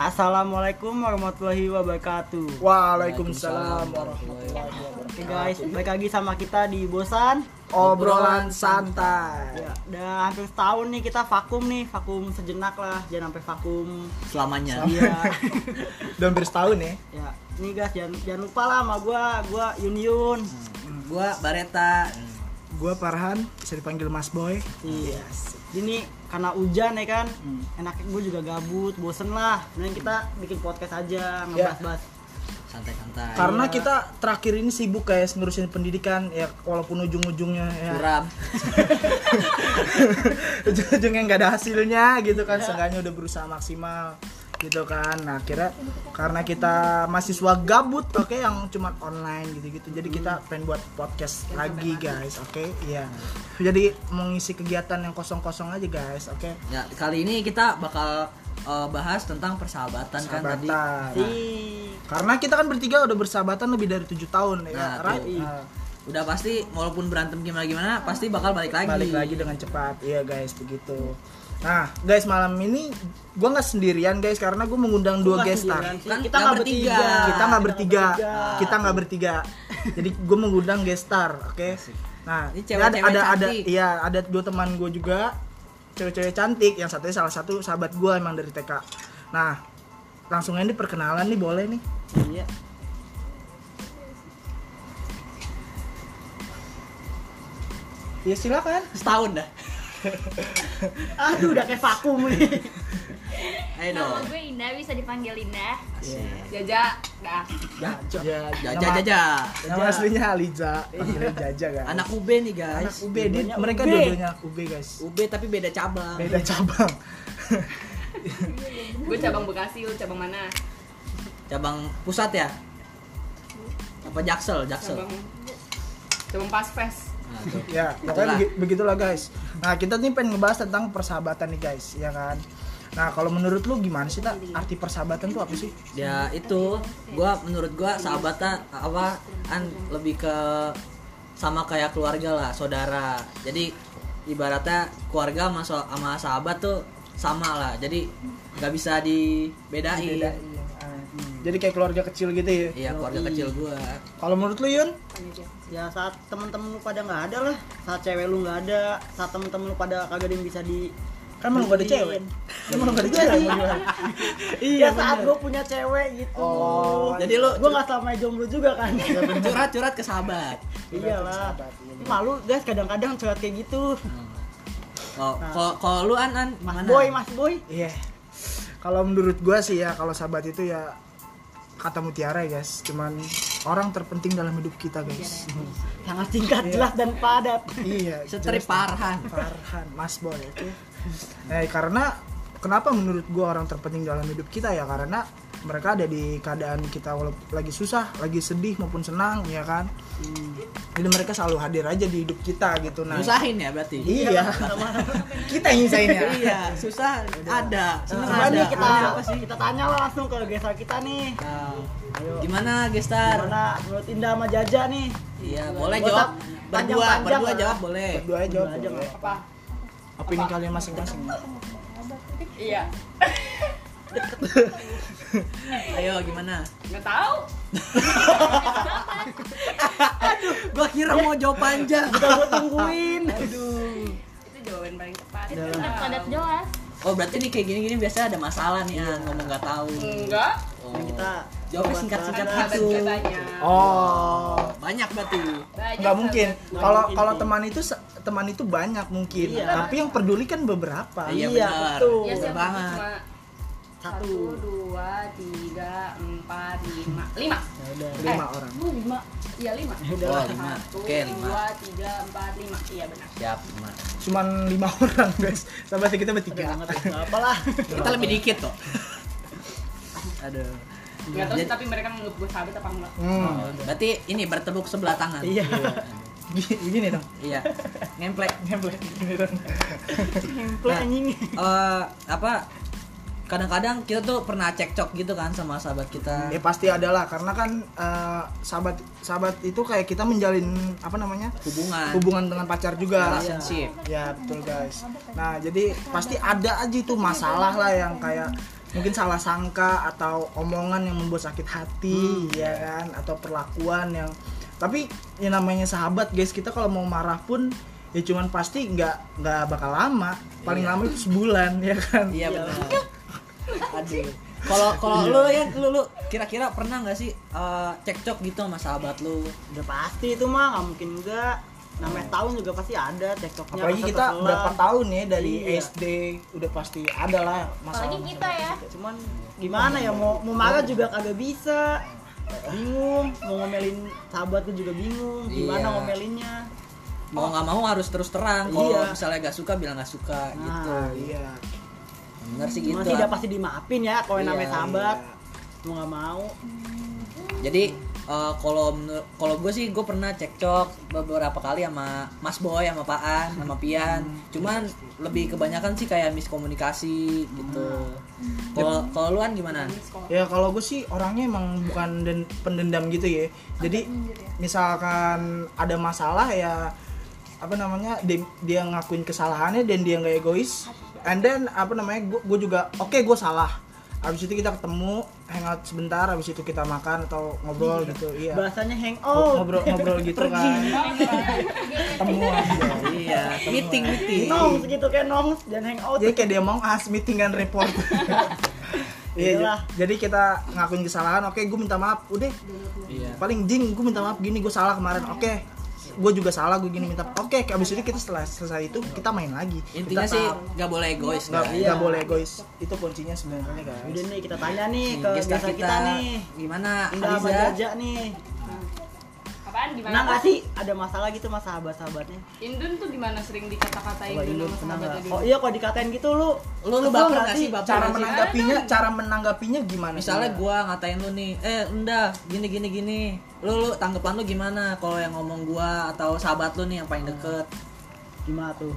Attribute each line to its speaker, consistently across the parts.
Speaker 1: Assalamualaikum warahmatullahi wabarakatuh.
Speaker 2: Waalaikumsalam warahmatullahi wabarakatuh.
Speaker 1: Oke guys, balik lagi sama kita di Bosan.
Speaker 2: Obrolan santai.
Speaker 1: Ya, udah hampir setahun nih kita vakum nih, vakum sejenak lah, jangan sampai vakum.
Speaker 3: selamanya
Speaker 1: Iya.
Speaker 2: Udah hampir setahun ya.
Speaker 1: ya, nih guys, jangan, jangan lupa lah sama gua, gua Yun Yun.
Speaker 2: Hmm.
Speaker 3: gua Bareta
Speaker 2: Gua Farhan, bisa dipanggil Mas Boy.
Speaker 1: Iya. Ini karena hujan ya kan,
Speaker 2: Hmm.
Speaker 1: enaknya gua juga gabut, bosen lah. Mending kita bikin podcast aja,
Speaker 2: Ya,
Speaker 1: ngebahas-bahas.
Speaker 3: santai-santai
Speaker 2: Karena kita terakhir ini sibuk guys ngurusin pendidikan ya walaupun ujung-ujungnya ya
Speaker 3: suram
Speaker 2: ujung-ujungnya nggak ada hasilnya gitu
Speaker 3: Iya.
Speaker 2: kan seenggaknya udah berusaha maksimal gitu kan nah akhirnya karena kita mahasiswa gabut oke yang cuman online gitu-gitu
Speaker 3: Hmm.
Speaker 2: jadi kita pengen buat
Speaker 3: Iya,
Speaker 2: podcast lagi guys oke iya jadi mengisi kegiatan yang kosong-kosong aja guys oke
Speaker 3: ya kali ini kita bakal eh, bahas tentang persahabatan, kan tadi
Speaker 2: Persahabatan.
Speaker 1: Sih.
Speaker 2: Karena kita kan bertiga udah bersahabatan lebih dari tujuh tahun ya,
Speaker 3: Nah,
Speaker 2: right?
Speaker 3: tuh.
Speaker 2: Nah,
Speaker 3: udah pasti walaupun berantem gimana gimana pasti bakal balik lagi
Speaker 2: Ah. Nah, balik lagi dengan cepat, iya guys begitu. Nah, guys malam ini gue nggak sendirian guys karena gue mengundang dua guest star.
Speaker 1: Sendirian sih.
Speaker 3: Kan
Speaker 1: kita
Speaker 3: yang
Speaker 1: nggak
Speaker 3: bertiga.
Speaker 1: bertiga.
Speaker 2: Kita nggak
Speaker 1: Kita
Speaker 2: bertiga, kita nggak bertiga. Jadi gue mengundang guest star, oke? Nah, ini
Speaker 3: Ini
Speaker 2: ada
Speaker 3: cewek-cewek
Speaker 2: ada ada,
Speaker 3: cantik.
Speaker 2: iya ada dua teman gue juga cewek-cewek cantik. Yang satunya salah satu sahabat gue emang dari TK. Nah, langsung aja nih perkenalan nih boleh nih.
Speaker 1: Iya.
Speaker 2: Ya silakan.
Speaker 3: setahun dah
Speaker 1: Aduh, udah kayak vakum nih.
Speaker 3: ayo dong
Speaker 4: Nama gue Indah, bisa dipanggel Indah.
Speaker 2: Iya.
Speaker 3: Asik.
Speaker 4: Jaja, dah.
Speaker 2: Ya, ya,
Speaker 3: jaja jaja
Speaker 2: Nama aslinya Aliza, panggilnya Jaja guys.
Speaker 3: anak UB nih
Speaker 2: anak
Speaker 3: guys
Speaker 2: UB, dia,
Speaker 1: Dua-duanya
Speaker 2: mereka
Speaker 1: UB.
Speaker 2: dua-duanya anak UB guys.
Speaker 3: UB tapi beda cabang
Speaker 2: Beda cabang.
Speaker 4: Gue cabang Bekasi, lu cabang mana?
Speaker 3: cabang pusat ya apa jaksel jaksel
Speaker 4: Cabang Cabang Pasfes.
Speaker 3: nah, tuh.
Speaker 2: ya,
Speaker 3: Itulah.
Speaker 2: pokoknya begi- begitulah guys. Nah, kita nih pengen ngebahas tentang persahabatan nih guys, ya kan? Nah, kalau menurut lu gimana sih tak arti persahabatan tuh apa sih?
Speaker 3: ya itu gua menurut gua sahabatan apa an lebih ke sama kayak keluarga lah saudara jadi ibaratnya keluarga sama, so- sama sahabat tuh sama lah jadi nggak bisa dibedain
Speaker 2: Jadi kayak keluarga kecil gitu ya.
Speaker 3: iya keluarga kecil gua
Speaker 2: Kalau menurut lu Yun?
Speaker 1: ya saat temen-temen lu pada nggak ada lah saat cewek lu nggak ada saat temen-temen lu pada kagak ada yang bisa di
Speaker 2: Kan emang gak ada
Speaker 1: Mungkin.
Speaker 2: cewek. Kan emang gak ada cewek. gimana?
Speaker 1: iya saat gua punya cewek gitu
Speaker 2: Oh,
Speaker 3: jadi lu- Iya,
Speaker 1: gua nggak sama jomblo juga kan
Speaker 3: curhat curhat ke sahabat
Speaker 1: iyalah malu guys kadang-kadang curhat kayak gitu
Speaker 3: oh kalau kalau lu an an
Speaker 1: mas
Speaker 3: mana
Speaker 1: boy mas boy
Speaker 2: Iya. Kalau menurut gua sih ya kalau sahabat itu ya kata mutiara ya guys. Cuman orang terpenting dalam hidup kita guys.
Speaker 1: sangat singkat jelas dan padat
Speaker 2: iya.
Speaker 3: setrip
Speaker 2: jelas.
Speaker 3: parhan
Speaker 2: Farhan, Mas Boy, oke. Eh karena kenapa menurut gua orang terpenting dalam hidup kita ya karena mereka ada di keadaan kita walaupun lagi susah, lagi sedih maupun senang ya kan. Jadi mereka selalu hadir aja di hidup kita gitu nah.
Speaker 3: susahin ya berarti
Speaker 2: Iya. kita yang nyusahin ya.
Speaker 3: iya susah ada seneng
Speaker 1: Coba
Speaker 3: ada
Speaker 1: nih kita
Speaker 3: Ada.
Speaker 1: kita tanya lah langsung ke geser kita nih
Speaker 3: Nah, gimana gestar
Speaker 1: karena menurut Indah sama Jaja nih
Speaker 3: Iya, boleh
Speaker 1: Botak
Speaker 3: jawab. Berdua,
Speaker 1: panjang-panjang
Speaker 3: berdua
Speaker 1: lah.
Speaker 3: jawab boleh.
Speaker 2: Berdua aja jawab.
Speaker 1: aja
Speaker 2: boleh.
Speaker 1: nggak apa
Speaker 2: Opini kalian masing-masing.
Speaker 4: Iya.
Speaker 3: Ayo gimana?
Speaker 4: Nggak tahu.
Speaker 3: Gua kira mau jawab panjang.
Speaker 1: gua tungguin
Speaker 4: Itu jawaban paling tepat.
Speaker 5: Singkat, padat, jelas.
Speaker 3: Oh, berarti nih kayak gini-gini biasanya ada masalah nih, An. ngomong nggak tahu.
Speaker 4: Enggak.
Speaker 3: Oh.
Speaker 1: Nah, kita
Speaker 3: jawabnya singkat-singkat gitu.
Speaker 4: Karena sahabat gue banyak.
Speaker 2: Oh.
Speaker 3: Banyak berarti.
Speaker 4: Banyak
Speaker 2: nggak mungkin
Speaker 4: sahabat
Speaker 1: Nggak
Speaker 2: kalau
Speaker 1: mungkin
Speaker 2: kalau
Speaker 1: sih.
Speaker 2: teman itu se- teman itu banyak mungkin
Speaker 1: Iya.
Speaker 2: tapi yang peduli kan beberapa
Speaker 3: Iya,
Speaker 1: iya,
Speaker 3: benar.
Speaker 1: betul.
Speaker 4: gue. Iya sih,
Speaker 3: Bener banget.
Speaker 4: cuma
Speaker 1: satu
Speaker 4: satu, dua, tiga, empat, lima, lima.
Speaker 1: Ya udah
Speaker 2: lima orang
Speaker 4: Lu lima? Iya lima.
Speaker 3: udah lah. lima.
Speaker 4: Satu,
Speaker 3: Oke, lima.
Speaker 4: dua, tiga, empat, lima. Iya benar.
Speaker 3: Siap, Mak.
Speaker 2: cuman lima orang guys sahabat kita bertiga
Speaker 1: banget apalah
Speaker 3: Kita lebih dikit kok. Aduh.
Speaker 4: Nggak tahu sih,
Speaker 3: Iya, Jadi-
Speaker 4: tapi mereka menganggap gue sahabat apa enggak.
Speaker 2: hmm.
Speaker 3: Oh, berarti ini bertepuk sebelah tangan.
Speaker 2: iya Gini- begini dong
Speaker 3: Iya. Ngemplek.
Speaker 2: Nempel, gini dong
Speaker 1: Nyemplung anjing
Speaker 3: Eh, apa kadang-kadang kita tuh pernah cekcok gitu kan sama sahabat kita.
Speaker 2: ya pasti ada lah karena kan eh, sahabat sahabat itu kayak kita menjalin apa namanya
Speaker 3: Hubungan.
Speaker 2: hubungan dengan pacar juga
Speaker 3: relationship.
Speaker 2: ya betul guys nah jadi pasti ada aja itu masalah lah yang kayak mungkin salah sangka atau omongan yang membuat sakit hati
Speaker 1: Hmm.
Speaker 2: ya kan atau perlakuan yang tapi yang namanya sahabat guys kita kalau mau marah pun ya cuman pasti nggak nggak bakal lama paling
Speaker 3: Iya.
Speaker 2: lama itu sebulan ya kan
Speaker 3: Iya benar. Aduh. Kalau kalau lu ya lu, lu kira-kira pernah nggak sih eh, cekcok gitu sama sahabat lu?
Speaker 1: udah pasti itu mah nggak mungkin enggak namanya tahun juga pasti ada cekcoknya
Speaker 2: apalagi
Speaker 1: kesel
Speaker 2: kita
Speaker 1: keselan.
Speaker 2: berapa tahun ya dari
Speaker 1: Iya.
Speaker 2: SD udah pasti ada lah masalah
Speaker 5: Apalagi kita ya.
Speaker 1: cuman gimana ya mau mau marah juga kagak bisa bingung mau ngomelin sahabat tuh juga bingung gimana
Speaker 3: Iya.
Speaker 1: ngomelinnya
Speaker 3: Mau nggak mau harus terus terang. Kalau
Speaker 1: Iya.
Speaker 3: misalnya nggak suka bilang nggak suka
Speaker 1: Nah,
Speaker 3: gitu.
Speaker 2: Nah, iya
Speaker 3: Bener sih gitu.
Speaker 1: Cuma sih udah pasti dimaafin ya kalau yang
Speaker 3: Iya,
Speaker 1: namanya sahabat mau nggak mau
Speaker 3: Jadi eh, kalau menur- kalau gue sih gue pernah cekcok beberapa kali sama Mas Boy, sama Paan, sama Pian. Cuman lebih kebanyakan sih kayak miskomunikasi gitu.
Speaker 1: Hmm.
Speaker 3: Kalau kalau lu kan gimana?
Speaker 2: Ya kalau gue sih orangnya emang bukan den- pendendam gitu ya. Jadi
Speaker 5: gitu ya.
Speaker 2: misalkan ada masalah ya apa namanya di- dia, ngakuin kesalahannya dan dia nggak egois. And then apa namanya gue juga oke gue salah. Abis itu kita ketemu hangout sebentar, abis itu kita makan atau ngobrol gitu. Iya.
Speaker 1: bahasanya hang
Speaker 2: Ngob-
Speaker 1: out
Speaker 2: Ngobrol ngobrol gitu
Speaker 1: Pergi.
Speaker 2: kan.
Speaker 5: Iya,
Speaker 2: Temu aja.
Speaker 3: iya, meeting meeting.
Speaker 1: nongs gitu kayak nongs dan hang out
Speaker 2: Jadi kayak dia mau as meeting and report. Iya,
Speaker 1: Iyalah.
Speaker 2: j- jadi kita ngakuin kesalahan, oke gue minta maaf, udah
Speaker 3: Iya.
Speaker 2: paling jing gue minta maaf gini gue salah kemarin oke gue juga salah gue gini minta oke kayak abis itu kita setelah selesai itu kita main lagi
Speaker 3: Intinya
Speaker 2: Kita
Speaker 3: sih Iya.
Speaker 2: tak-
Speaker 3: nggak boleh egois kan?
Speaker 2: nggak
Speaker 3: guys.
Speaker 2: nggak boleh guys itu kuncinya sebenarnya
Speaker 1: udah
Speaker 2: guys
Speaker 1: nih kita tanya nih ke
Speaker 3: Guys,
Speaker 1: biasa kita, nih
Speaker 3: gimana
Speaker 1: Indah sama
Speaker 3: Aliza?
Speaker 1: Jaja nih
Speaker 4: Apaan gimana?
Speaker 1: pernah nggak sih ada masalah gitu sama sahabat sahabatnya
Speaker 4: Indun tuh gimana sering dikata-katain
Speaker 1: Coba
Speaker 4: dulu
Speaker 1: Indun
Speaker 4: gitu, sama
Speaker 1: pernah
Speaker 4: sahabatnya
Speaker 1: nggak?
Speaker 4: dulu?
Speaker 1: Oh iya kalau dikatain gitu lu
Speaker 3: Lu lu
Speaker 1: kesel nggak
Speaker 3: baper nggak sih
Speaker 2: cara
Speaker 3: baper nggak sih?
Speaker 2: menanggapinya cara menanggapinya gimana
Speaker 1: Iya.
Speaker 3: Misalnya gua ngatain lu nih, eh Indah, gini gini gini. Lu lu tanggapan lu gimana kalau yang ngomong gua atau sahabat lu nih yang paling deket?
Speaker 1: Gimana tuh?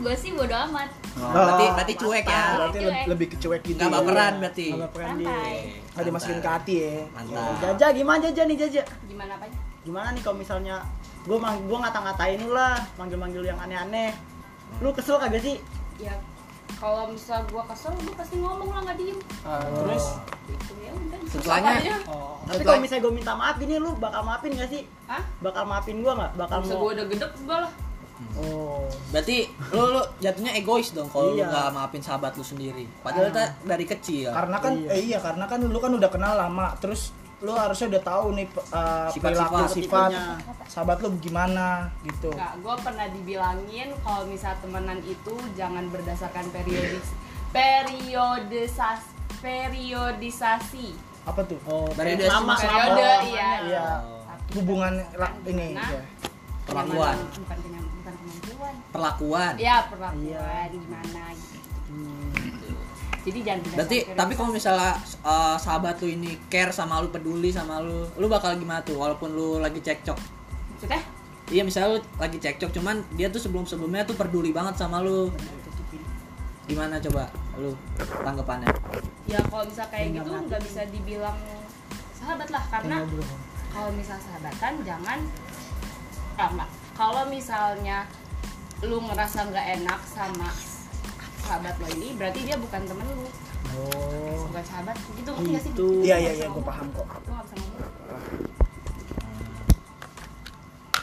Speaker 5: Gue sih bodo amat.
Speaker 3: Oh,
Speaker 2: Oh,
Speaker 3: berarti berarti cuek ya.
Speaker 2: berarti le-
Speaker 5: Cuek.
Speaker 2: lebih kecuek gitu
Speaker 3: Enggak
Speaker 2: ya.
Speaker 3: baperan berarti.
Speaker 1: Nggak baperan dia.
Speaker 5: Santai.
Speaker 2: nggak dimasukin ke hati ya
Speaker 3: Mantap.
Speaker 1: Jaja gimana Jaja nih Jaja?
Speaker 4: Gimana apanya?
Speaker 1: Gimana nih kalau misalnya gua mang gua ngata-ngatain lu lah, manggil-manggil yang aneh-aneh. Lu kesel kagak sih?
Speaker 4: Ya kalau misal gua kesel, gua pasti ngomong lah nggak diem.
Speaker 1: Terus
Speaker 4: Gitu ya udah.
Speaker 3: Setelahnya? Oh.
Speaker 4: Apa aja?
Speaker 1: tapi kalau misalnya gua minta maaf gini lu bakal maafin gak sih?
Speaker 4: Hah?
Speaker 1: Bakal maafin gua nggak? Bakal
Speaker 4: Misal
Speaker 1: mau
Speaker 4: gua udah gedek, gua lah.
Speaker 1: Oh.
Speaker 3: Berarti lu lu jatuhnya egois dong kalau lu
Speaker 1: Iya.
Speaker 3: enggak maafin sahabat lu sendiri. Padahal kita dari kecil.
Speaker 2: Iya. karena kan
Speaker 1: Iya.
Speaker 2: eh, iya karena kan lu kan udah kenal lama terus lu harusnya udah tahu nih pe- eh,
Speaker 3: Sifat-sifat.
Speaker 2: perilaku sifat
Speaker 1: Tipenya.
Speaker 2: sahabat lu gimana gitu
Speaker 4: Enggak, gua pernah dibilangin kalau misal temenan itu jangan berdasarkan periodik periodisas periodisasi.
Speaker 2: apa tuh
Speaker 1: Oh,
Speaker 3: Dari
Speaker 1: kayak
Speaker 3: dia
Speaker 1: lama
Speaker 3: semua
Speaker 1: lama
Speaker 4: periode,
Speaker 1: lama.
Speaker 4: iya.
Speaker 2: iya
Speaker 4: Tapi
Speaker 2: hubungan la- ini
Speaker 4: bukan dengan-
Speaker 2: ya.
Speaker 3: Perlakuan.
Speaker 4: dengan- bukan dengan bukan kemampuan.
Speaker 3: Perlakuan.
Speaker 1: Iya.
Speaker 4: Ya, perlakuan gimana gitu. Jadi jangan berdasarkan
Speaker 3: Hmm. Berarti
Speaker 4: periodisasi.
Speaker 3: tapi kalau misalnya uh, sahabat lu ini care sama lu, peduli sama lu, lu bakal gimana tuh walaupun lu lagi cekcok?
Speaker 4: maksudnya
Speaker 3: Iya misalnya lu lagi cekcok cuman dia tuh sebelum-sebelumnya tuh peduli banget sama lu. Gimana coba lu tanggapannya?
Speaker 4: ya kalau misal kayak gitu nggak bisa dibilang sahabat lah karena kalau misal sahabatan jangan sama kalau misalnya lu ngerasa nggak enak sama sahabat lo ini berarti dia bukan temen lu
Speaker 2: Oh.
Speaker 4: bukan sahabat gitu ngerti nggak sih
Speaker 1: Gitu.
Speaker 2: Iya iya iya gue paham kok.
Speaker 4: Lu nggak bisa ngomong.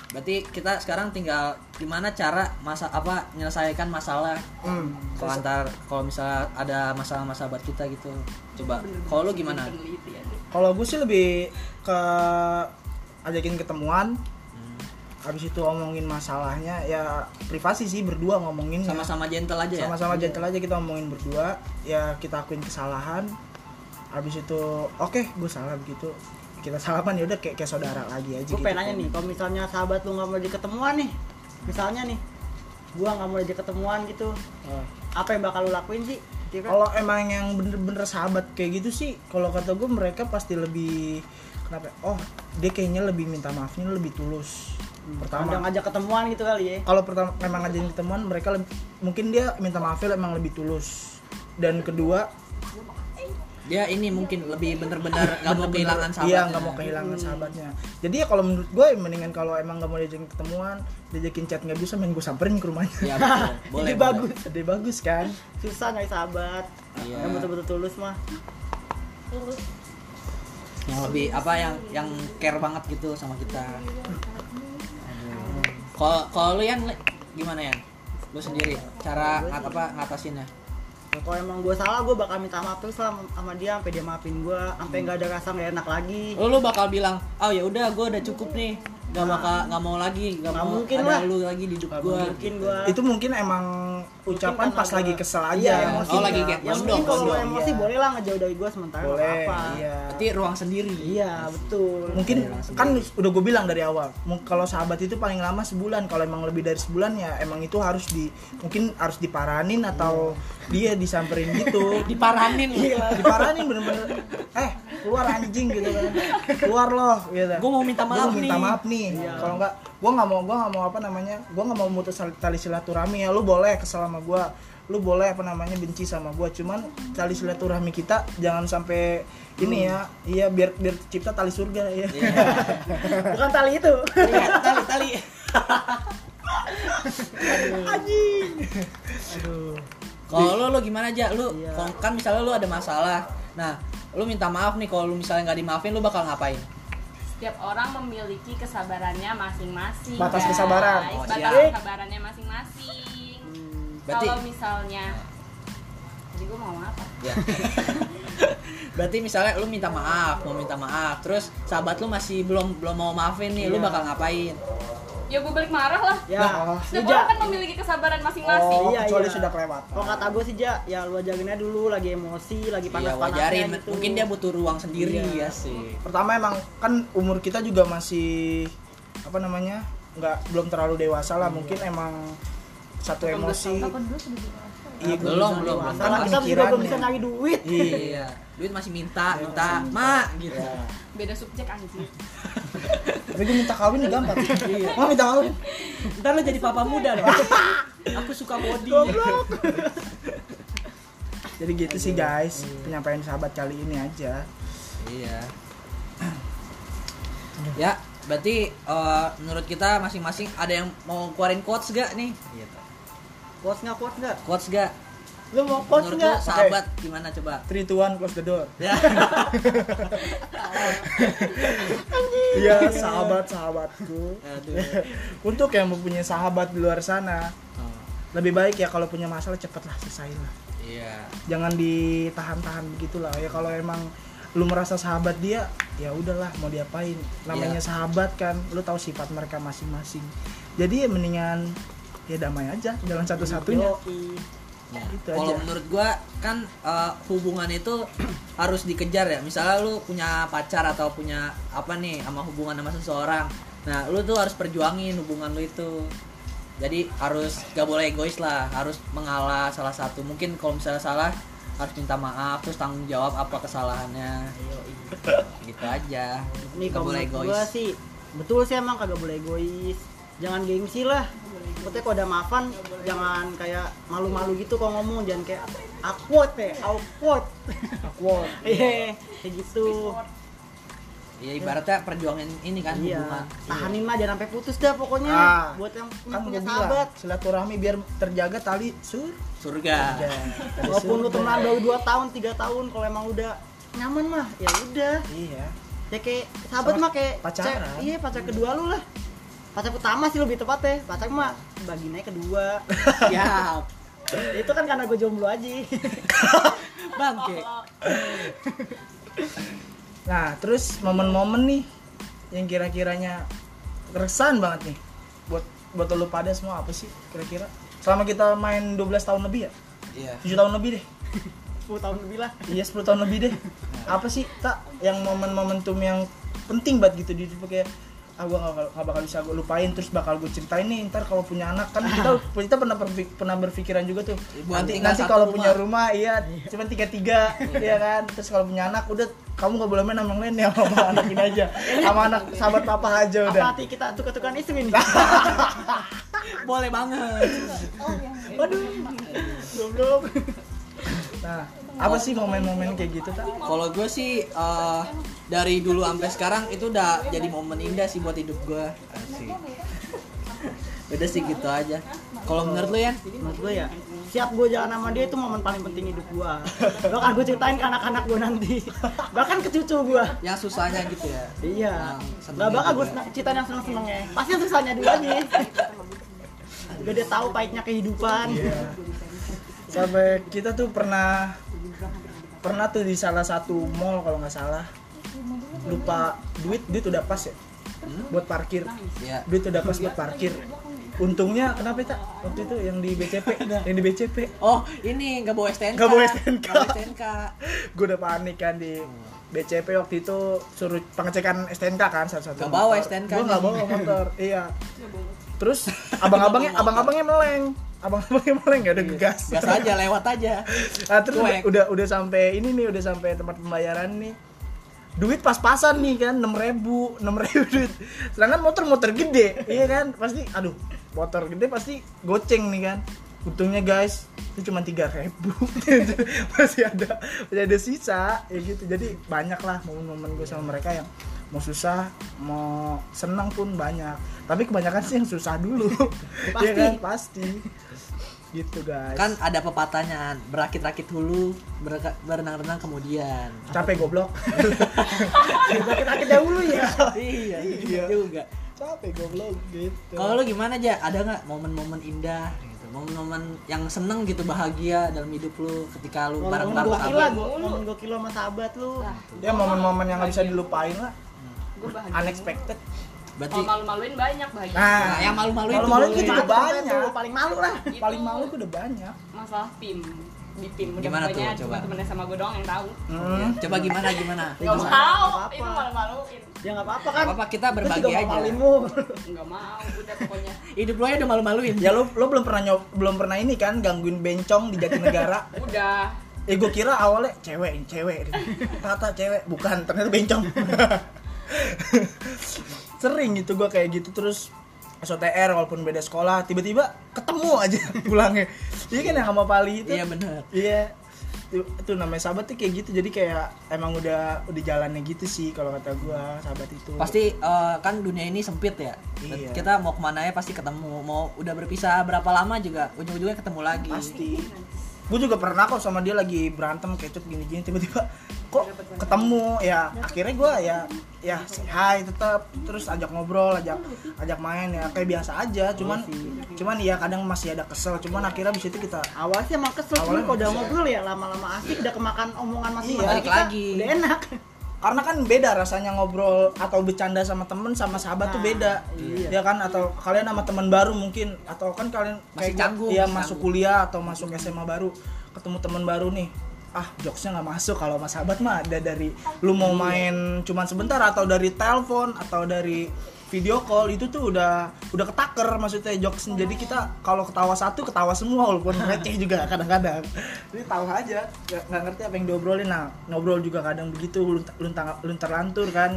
Speaker 3: Berarti kita sekarang tinggal gimana cara masa apa menyelesaikan masalah
Speaker 2: Hmm.
Speaker 3: kalau antar kalau misalnya ada masalah sama sahabat kita gitu. Coba kalau lu gimana?
Speaker 4: Peneliti ya.
Speaker 2: Kalau gue sih lebih ke ajakin ketemuan.
Speaker 3: Hmm.
Speaker 2: Habis itu omongin masalahnya ya privasi sih berdua ngomongin
Speaker 3: Sama-sama gentle aja
Speaker 1: Iya.
Speaker 3: ya.
Speaker 2: sama-sama gentle aja kita ngomongin berdua ya kita akuin kesalahan habis itu oke gue salah begitu kita salaman ya udah kayak kayak saudara lagi aja gitu kan.
Speaker 1: gue pengen nanya nih kalau misalnya sahabat lu nggak mau jadi ketemuan nih misalnya nih gua nggak mau jadi ketemuan gitu
Speaker 2: Oh.
Speaker 1: apa yang bakal lu lakuin sih Kira-kira?
Speaker 2: kalau emang yang bener-bener sahabat kayak gitu sih kalau kata gue mereka pasti lebih kenapa ya? oh dia kayaknya lebih minta maafnya lebih tulus
Speaker 1: Hmm,
Speaker 2: pertama
Speaker 1: Jangan ngajak ketemuan gitu kali ya
Speaker 2: kalau pertama memang ngajakin ketemuan mereka leb- mungkin dia minta maafnya emang lebih tulus dan kedua
Speaker 3: dia ini mungkin lebih bener-bener nggak mau kehilangan sahabatnya
Speaker 2: Iya nggak mau kehilangan sahabatnya. Jadi ya kalau menurut gue mendingan kalau emang nggak mau diajakin ketemuan, diajakin chat nggak bisa, main gue samperin ke rumahnya.
Speaker 3: Iya, betul. boleh
Speaker 2: Ide
Speaker 3: boleh.
Speaker 2: bagus, ide bagus kan.
Speaker 1: susah nyari sahabat
Speaker 3: Iya.
Speaker 1: yang betul-betul tulus mah
Speaker 3: yang lebih apa yang yang care banget gitu sama kita kalau kalau lu Yan, Le, gimana ya lu sendiri cara ngat apa ngatasinnya
Speaker 1: Ya, kalau emang gue salah gue bakal minta maaf terus lah sama dia sampai dia maafin gue sampai nggak ada rasa nggak enak lagi
Speaker 3: lu, lu bakal bilang oh ya udah gue udah cukup nih gak bakal nggak mau lagi gak
Speaker 1: Nggak
Speaker 3: mau
Speaker 1: mungkin
Speaker 3: ada
Speaker 1: lah.
Speaker 3: lu lagi di hidup Gitu. gue
Speaker 1: mungkin gue
Speaker 3: Nah.
Speaker 2: Itu mungkin emang ucapan
Speaker 1: kan
Speaker 2: pas
Speaker 1: ada-
Speaker 2: lagi kesel aja.
Speaker 1: Iya,
Speaker 3: emosi. Oh, lagi kayak
Speaker 1: ya
Speaker 3: Pondok,
Speaker 1: mungkin kalau
Speaker 3: pondok,
Speaker 1: emosi
Speaker 2: iya.
Speaker 1: boleh lah ngejauh dari gue sementara nggak
Speaker 2: boleh.
Speaker 1: apa
Speaker 2: Iya.
Speaker 3: berarti ruang sendiri
Speaker 1: iya betul
Speaker 2: Mungkin kan udah gue bilang dari awal, mung- kalau sahabat itu paling lama sebulan. Kalau emang lebih dari sebulan ya emang itu harus di mungkin harus diparanin atau
Speaker 3: Iya.
Speaker 2: dia disamperin gitu.
Speaker 3: diparanin lu
Speaker 1: Iya.
Speaker 2: diparanin bener-bener eh keluar anjing gitu kan keluar loh gitu
Speaker 3: Gua mau minta
Speaker 2: Gua
Speaker 3: maaf
Speaker 2: minta
Speaker 3: nih. Iya.
Speaker 2: maaf nih kalau nggak gue nggak mau gue nggak mau apa namanya gue nggak mau mutus sal- tali silaturahmi ya lu boleh kesel sama gue lu boleh apa namanya benci sama gue cuman tali silaturahmi kita jangan sampai ini ya iya biar biar cipta tali surga ya
Speaker 1: bukan tali itu
Speaker 3: Iya, tali tali
Speaker 1: aduh
Speaker 3: kalau lu lu gimana aja lu
Speaker 1: Iya.
Speaker 3: kalau kan misalnya lu ada masalah nah lu minta maaf nih kalau lu misalnya nggak dimaafin lu bakal ngapain
Speaker 4: Setiap orang memiliki kesabarannya masing-masing.
Speaker 2: Batas
Speaker 4: guys.
Speaker 2: kesabaran. Hmm,
Speaker 3: Oh,
Speaker 4: batas
Speaker 3: siap.
Speaker 4: kesabarannya masing-masing.
Speaker 3: berarti-
Speaker 4: Kalau misalnya jadi gue mau ngomong apa?
Speaker 3: Ya. Berarti misalnya lu minta maaf, mau minta maaf, terus sahabat lu masih belum belum mau maafin nih, lu
Speaker 1: Iya.
Speaker 3: bakal ngapain?
Speaker 4: Ya gue balik marah lah.
Speaker 1: ya
Speaker 2: Nah,
Speaker 3: oh.
Speaker 4: Setiap
Speaker 1: Uja.
Speaker 4: orang kan memiliki kesabaran masing-masing.
Speaker 2: Oh,
Speaker 1: Iya,
Speaker 2: kecuali
Speaker 1: iya.
Speaker 2: sudah kelewat
Speaker 1: kalau kata gue sih ja ya lu ajarin aja dulu lagi emosi lagi
Speaker 3: Iya,
Speaker 1: panas-panasnya
Speaker 3: wajarin.
Speaker 1: gitu.
Speaker 3: Mungkin dia butuh ruang sendiri
Speaker 1: Iya.
Speaker 3: ya sih.
Speaker 2: pertama emang kan umur kita juga masih apa namanya nggak belum terlalu dewasa lah mungkin
Speaker 1: Iya.
Speaker 2: emang satu emosi iya
Speaker 3: Belum, belum, belum.
Speaker 1: karena kita juga belum bisa nyari duit
Speaker 3: Iya. Duit Iya, masih minta, minta, mak gitu.
Speaker 4: Beda subjek anjing.
Speaker 2: tapi gue minta kawin nih gampang
Speaker 1: Iya.
Speaker 2: mau minta kawin
Speaker 3: Ntar lu jadi papa muda dong. Aku suka body.
Speaker 2: jadi gitu
Speaker 1: Iya.
Speaker 2: sih guys penyampaian sahabat kali ini aja
Speaker 3: Iya. Ya, berarti eh, menurut kita masing-masing ada yang mau keluarin quotes gak nih?
Speaker 1: quotes nggak quotes nggak
Speaker 3: Quotes gak?
Speaker 1: lu mau quotes
Speaker 3: Menurut lu
Speaker 1: nggak
Speaker 3: sahabat gimana coba?
Speaker 2: three to one close the door
Speaker 3: Ya.
Speaker 2: iya sahabat sahabatku
Speaker 3: Aduh. Oh,
Speaker 2: untuk yang mempunyai sahabat di luar sana lebih baik ya kalau punya masalah cepatlah selesai lah
Speaker 3: Iya.
Speaker 2: jangan ditahan-tahan begitulah ya kalau emang lu merasa sahabat dia ya udahlah mau diapain namanya
Speaker 3: Iya.
Speaker 2: sahabat kan lu tahu sifat mereka masing-masing jadi ya mendingan ya damai aja jalan satu-satunya
Speaker 1: Yoi.
Speaker 3: Nah,
Speaker 2: Gitu
Speaker 3: kalau
Speaker 2: aja.
Speaker 3: menurut gua kan eh, hubungan itu harus dikejar ya. Misalnya lu punya pacar atau punya apa nih sama hubungan sama seseorang. Nah, lu tuh harus perjuangin hubungan lu itu. Jadi harus gak boleh egois lah, harus mengalah salah satu. Mungkin kalau misalnya salah harus minta maaf terus tanggung jawab apa kesalahannya. Gitu aja.
Speaker 1: Nih
Speaker 3: Gak
Speaker 1: kalau
Speaker 3: boleh
Speaker 1: menurut gua
Speaker 3: egois.
Speaker 1: sih betul sih emang kagak boleh egois. Jangan gengsi lah. Maksudnya kalau udah maafan jangan kayak malu-malu gitu kalau ngomong jangan kayak awkward ya, awkward. Awkward. Iya, kayak gitu.
Speaker 3: Ya ibaratnya perjuangin ini kan
Speaker 1: Iya.
Speaker 3: hubungan.
Speaker 1: Tahanin mah jangan sampai putus dah pokoknya.
Speaker 2: Ah.
Speaker 1: Buat yang punya,
Speaker 2: kan
Speaker 1: punya
Speaker 2: gue bilang
Speaker 1: sahabat.
Speaker 2: silaturahmi biar terjaga tali Ya sur
Speaker 3: Surga.
Speaker 1: Walaupun lu temenan baru 2 tahun, 3 tahun kalau emang udah nyaman mah ya udah.
Speaker 2: iya
Speaker 1: Ya kayak sahabat
Speaker 2: Sama
Speaker 1: mah kayak
Speaker 2: pacaran.
Speaker 1: cewek- iya pacar kedua lu lah. Pacar pertama sih lebih tepat ya. Pacar mah bagi naik kedua.
Speaker 3: Siap.
Speaker 1: itu kan karena gue jomblo aja.
Speaker 3: Bangke.
Speaker 2: nah terus momen-momen nih yang kira-kiranya keresan banget nih buat buat lu pada semua apa sih kira-kira selama kita main 12 tahun lebih ya
Speaker 3: Iya.
Speaker 2: 7 tahun lebih deh
Speaker 1: 10 tahun lebih lah.
Speaker 2: Iya 10 tahun lebih deh. Apa sih tak yang momen-momentum yang penting banget gitu di hidup kayak ah gua gak, bakal- gak bakal bisa gue lupain terus bakal gue ceritain nih ntar kalau punya anak kan kita kita pernah berfi- pernah berpikiran juga tuh
Speaker 3: Ibu
Speaker 2: nanti,
Speaker 3: tinggal
Speaker 2: nanti
Speaker 3: satu
Speaker 2: kalau
Speaker 3: rumah.
Speaker 2: punya rumah iya cuman tiga tiga iya kan terus kalau punya anak udah kamu gak boleh main sama yang lain ya sama anak ini aja sama anak sahabat papa aja
Speaker 1: Apa
Speaker 2: udah
Speaker 1: hati kita tukar-tukaran istri nih?
Speaker 3: Boleh banget.
Speaker 1: Waduh. Goblok.
Speaker 2: Nah, apa sih momen-momen kayak gitu, tak?
Speaker 3: Kalau gue sih eh, dari dulu sampai sekarang itu udah jadi momen indah sih buat hidup gue. Asik. Udah sih gitu aja. Kalau menurut lu ya?
Speaker 1: menurut gue ya siap gue jalan sama dia itu momen paling penting hidup gue bahkan gue ceritain ke anak-anak gue nanti bahkan ke cucu gue
Speaker 3: Yang susahnya gitu ya.
Speaker 1: iya
Speaker 3: Nah,
Speaker 1: nggak bakal gue
Speaker 3: senengnya juga.
Speaker 1: ceritain yang seneng-senengnya pasti yang susahnya dulu nih udah dia tahu pahitnya kehidupan
Speaker 2: Iya. Sampai kita tuh pernah pernah tuh di salah satu mall kalau nggak salah lupa duit duit udah pas ya buat parkir
Speaker 3: Iya.
Speaker 2: duit udah pas buat parkir untungnya kenapa ya tak waktu itu yang di BCP yang di BCP
Speaker 3: Oh, ini nggak bawa STNK.
Speaker 2: Nggak bawa STNK.
Speaker 3: Nggak bawa STNK.
Speaker 2: gue udah panik kan di BCP waktu itu suruh pengecekan STNK kan satu-satu
Speaker 3: Nggak bawa STNK
Speaker 2: gue nggak
Speaker 3: nih.
Speaker 2: bawa motor iya terus abang-abangnya abang-abangnya meleng abang-abangnya meleng ya udah
Speaker 3: Iya.
Speaker 2: gegas
Speaker 3: Gas aja, lewat aja.
Speaker 2: Ah, terus udah,
Speaker 3: Cuek.
Speaker 2: udah udah sampai ini nih, udah sampai tempat pembayaran nih. Duit pas-pasan nih kan, 6 ribu, 6 ribu duit. Sedangkan motor-motor gede, iya kan? Pasti, aduh, motor gede pasti goceng nih kan. Untungnya guys, itu cuma 3 ribu. masih ada masih ada sisa, ya gitu. Jadi banyak lah momen-momen gue sama mereka yang mau susah, mau senang pun banyak. Tapi kebanyakan sih yang susah dulu. Iya kan? Pasti. Gitu guys.
Speaker 3: Kan ada pepatahnya, berakit-rakit hulu, berka- berenang-renang kemudian.
Speaker 2: capek goblok
Speaker 1: sakit dahulu ya
Speaker 3: iya,
Speaker 2: Iya.
Speaker 3: juga.
Speaker 2: capek goblok gitu
Speaker 3: Kalau lu gimana aja? Ada nggak momen-momen indah gitu? Momen-momen yang seneng gitu, bahagia dalam hidup lu ketika lu bareng
Speaker 1: momen
Speaker 3: bareng
Speaker 1: gokil lah gue momen gokil sama sahabat lu
Speaker 3: Nah.
Speaker 2: ya momen-momen yang nggak bisa dilupain lah
Speaker 4: gue bahagia
Speaker 2: unexpected
Speaker 3: Berarti
Speaker 4: kalau malu-maluin banyak bahagia
Speaker 3: Nah, yang malu-malu itu
Speaker 2: malu-maluin
Speaker 3: boleh.
Speaker 2: gue juga banyak
Speaker 1: Lu paling malu lah
Speaker 4: Itu
Speaker 2: paling malu gue udah banyak
Speaker 4: Gitu. masalah pim di pim udah
Speaker 3: Gimana tuh,
Speaker 4: pokoknya
Speaker 3: coba?
Speaker 4: cuma temennya sama gue doang yang tahu
Speaker 2: Hmm.
Speaker 3: Ya, coba gimana gimana?
Speaker 1: Ya,
Speaker 4: Gak
Speaker 1: gimana?
Speaker 4: mau,
Speaker 1: Gak apa-apa.
Speaker 4: itu malu-maluin
Speaker 1: ya nggak apa-apa
Speaker 3: Gak
Speaker 1: kan
Speaker 3: apa-apa kita
Speaker 1: Lu
Speaker 3: berbagi
Speaker 1: juga mau
Speaker 3: aja.
Speaker 1: maluinmu
Speaker 4: Gak mau, udah pokoknya
Speaker 3: Hidup lu aja udah malu-maluin.
Speaker 2: ya lo lo belum pernah nyop belum pernah ini kan gangguin bencong di Jatinegara
Speaker 4: Udah
Speaker 2: eh gue kira awalnya cewek ini cewek tata cewek bukan ternyata bencong sering gitu gue kayak gitu terus SOTR walaupun beda sekolah tiba-tiba ketemu aja pulangnya iya kan yang sama Pali itu
Speaker 3: Iya benar.
Speaker 2: Iya. Itu, itu namanya sahabat tuh kayak gitu. Jadi kayak emang udah udah jalannya gitu sih kalau kata gua sahabat itu.
Speaker 3: Pasti eh, kan dunia ini sempit ya.
Speaker 2: Iya.
Speaker 3: Kita mau kemana ya pasti ketemu. Mau udah berpisah berapa lama juga ujung-ujungnya ketemu lagi.
Speaker 2: pasti. Gue juga pernah kok sama dia lagi berantem kecut gini-gini tiba-tiba kok ketemu ya akhirnya gua ya ya say hi tetap terus ajak ngobrol ajak ajak main ya kayak biasa aja cuman cuman ya kadang masih ada kesel cuman akhirnya abis itu kita
Speaker 1: awalnya sih emang kesel
Speaker 2: Awalnya
Speaker 1: cuman kalau udah
Speaker 2: kesel.
Speaker 1: ngobrol ya lama-lama asik udah kemakan omongan masing-masing
Speaker 3: Iya, Balik
Speaker 1: kita,
Speaker 3: lagi.
Speaker 1: udah enak
Speaker 2: karena kan beda rasanya ngobrol atau bercanda sama temen sama sahabat tuh
Speaker 1: Nah,
Speaker 2: beda
Speaker 1: iya.
Speaker 2: ya kan atau kalian sama teman baru mungkin atau kan kalian
Speaker 3: Masih
Speaker 2: gua-
Speaker 3: canggung,
Speaker 2: iya,
Speaker 3: masih
Speaker 2: masuk
Speaker 3: canggung.
Speaker 2: kuliah atau masuk SMA baru ketemu teman baru nih ah jokesnya nggak masuk kalau sama sahabat mah ada dari lu mau main cuman sebentar atau dari telepon atau dari video call itu tuh udah udah ketaker maksudnya jokes jadi kita kalau ketawa satu ketawa semua walaupun receh juga kadang-kadang jadi tahu aja nggak nggak ngerti apa yang diobrolin nah ngobrol juga kadang begitu lunt- luntang luntar lantur kan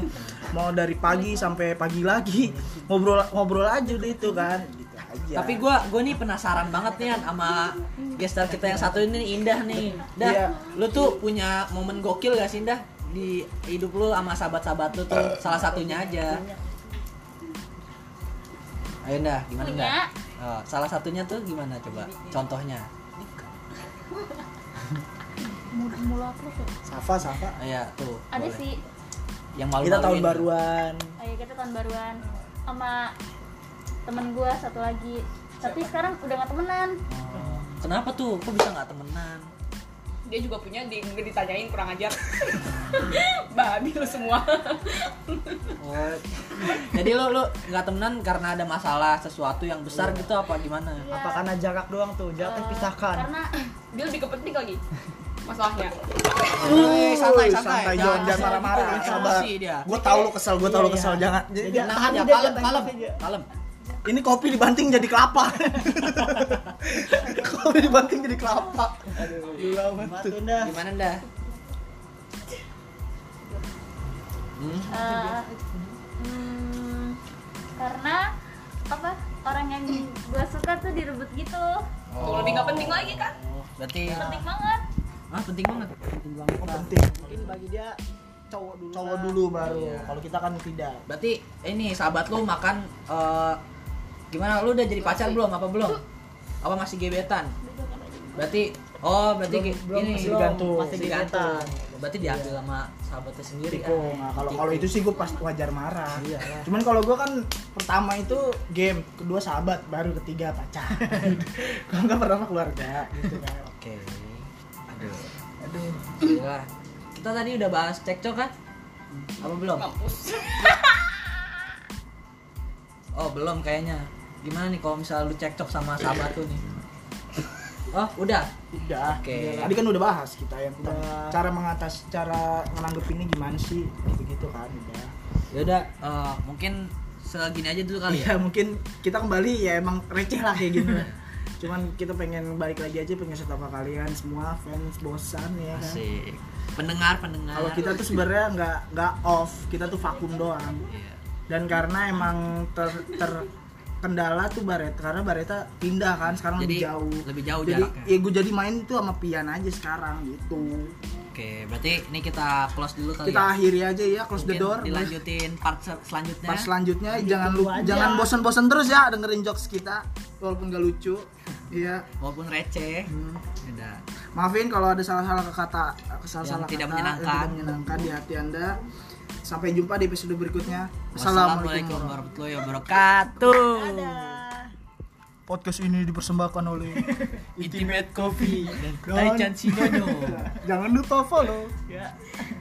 Speaker 2: mau dari pagi sampai pagi lagi ngobrol ngobrol aja udah itu kan gitu aja
Speaker 3: Tapi gua gua nih penasaran banget nih An, sama gestar kita yang satu ini indah nih. Dah,
Speaker 2: Iya.
Speaker 3: lu tuh punya momen gokil gak sih Dah di hidup lu sama sahabat-sahabat
Speaker 2: Eh.
Speaker 3: lu tuh salah satunya aja. Ayo Dah, gimana
Speaker 5: Punya.
Speaker 3: Dah? Oh, salah satunya tuh gimana coba? Contohnya.
Speaker 5: Mula terus ya.
Speaker 2: Safa Safa
Speaker 3: Oh, iya, tuh.
Speaker 5: Ada
Speaker 3: boleh.
Speaker 5: sih.
Speaker 3: Yang malu
Speaker 2: kita tahun baruan
Speaker 5: Ayo kita tahun baruan sama temen gua satu lagi. Tapi sekarang udah gak temenan.
Speaker 3: Oh. Kenapa tuh? Kok bisa nggak temenan?
Speaker 4: Dia juga punya, di, gue ditanyain kurang ajar Babi lu semua
Speaker 2: Eh.
Speaker 3: Oh. Jadi lu lu nggak temenan karena ada masalah sesuatu yang besar gitu apa gimana?
Speaker 5: Iya.
Speaker 1: apa karena jarak doang tuh jarak
Speaker 5: Eh,
Speaker 1: yang pisahkan
Speaker 5: Karena
Speaker 4: Dia lebih kepenting lagi Masalahnya
Speaker 3: Woi, santai,
Speaker 2: Wuih,
Speaker 3: santai.
Speaker 2: santai, jangan jangan marah-marah,
Speaker 3: Emosi
Speaker 2: sabar.
Speaker 3: dia.
Speaker 2: Gue tau lo kesel, gue tau lo kesel,
Speaker 1: Iya.
Speaker 2: jangan.
Speaker 1: Jadi,
Speaker 2: Jangan.
Speaker 1: tahan
Speaker 3: Aja,
Speaker 1: dia,
Speaker 3: kalem,
Speaker 1: jangan
Speaker 3: kalem,
Speaker 1: tahan dia.
Speaker 3: kalem.
Speaker 2: Iya. Ini kopi dibanting jadi kelapa. kopi dibanting jadi kelapa. Gila banget.
Speaker 1: Matiin dah.
Speaker 3: Gimana dah? Hmm?
Speaker 5: eh, hmm, karena apa orang yang gua suka tuh direbut gitu.
Speaker 4: Tuh lebih gak penting lagi kan
Speaker 3: Oh, berarti
Speaker 5: Penting banget.
Speaker 3: Oh, ah penting banget
Speaker 1: penting banget
Speaker 2: Oh,
Speaker 1: Nah,
Speaker 2: penting.
Speaker 1: mungkin bagi dia cowok dulu
Speaker 2: Cowok
Speaker 1: lah.
Speaker 2: dulu baru. Kalau kita kan tidak.
Speaker 3: berarti eh, ini sahabat lu makan eh, gimana lu udah jadi pacar belum apa belum apa masih gebetan berarti oh berarti
Speaker 1: Belum-
Speaker 3: ge-
Speaker 1: belum-
Speaker 3: ini
Speaker 2: masih digantung.
Speaker 1: masih
Speaker 3: masih digantung.
Speaker 1: gebetan.
Speaker 3: berarti diambil sama sahabatnya sendiri ah.
Speaker 2: Tikung. Nah, kalau kalau itu sih gue pasti wajar marah.
Speaker 1: Iyalah.
Speaker 2: Cuman kalau gue kan pertama itu game, kedua sahabat, baru ketiga pacar. kalau nggak pertama keluarga gitu kan.
Speaker 3: oke aduh
Speaker 2: Aduh.
Speaker 3: gila kita tadi udah bahas cekcok kan apa belum oh belum kayaknya gimana nih kalau misalnya lu cekcok sama sahabat lu nih oh udah
Speaker 2: Udah.
Speaker 3: Oke.
Speaker 2: Tadi kan udah bahas kita yang tentang
Speaker 1: Udah.
Speaker 2: cara mengatas cara menanggepinnya gimana sih gitu-gitu kan udah.
Speaker 3: Yaudah, eh, mungkin segini aja dulu kali ya.
Speaker 2: Iya mungkin kita kembali ya emang receh lah kayak gitu. Cuman kita pengen balik lagi aja pengen sama kalian semua fans bosan ya kan.
Speaker 3: Asik. Pendengar, pendengar.
Speaker 2: Kalau kita tuh sebenarnya nggak nggak off, kita tuh vakum doang.
Speaker 3: Iya.
Speaker 2: Dan karena emang ter terkendala tuh Bareta karena Bareta pindah kan sekarang
Speaker 3: Jadi,
Speaker 2: lebih jauh.
Speaker 3: lebih jauh
Speaker 2: jadi,
Speaker 3: jaraknya.
Speaker 2: Ya gue jadi main tuh sama Pian aja sekarang gitu.
Speaker 3: Oke, berarti ini kita close dulu kali
Speaker 2: Kita
Speaker 3: ya.
Speaker 2: akhiri aja ya close
Speaker 3: Mungkin
Speaker 2: the door.
Speaker 3: Dilanjutin part se- selanjutnya.
Speaker 2: Pas selanjutnya jangan lu,
Speaker 1: dulu aja.
Speaker 2: jangan bosan-bosan terus ya dengerin jokes kita walaupun gak lucu. Iya.
Speaker 3: Walaupun receh.
Speaker 2: Hmm.
Speaker 3: Udah.
Speaker 2: Maafin kalau ada salah-salah kata, salah-salah
Speaker 3: Yang tidak
Speaker 2: kata yang
Speaker 3: menyenangkan.
Speaker 2: tidak menyenangkan di hati Anda. Sampai jumpa di episode berikutnya.
Speaker 3: Wassalamualaikum warahmatullahi wabarakatuh.
Speaker 2: Podcast ini dipersembahkan oleh
Speaker 3: Intimate Coffee dan Taichan Shinodo.
Speaker 2: Jangan lupa follow.
Speaker 1: Ya.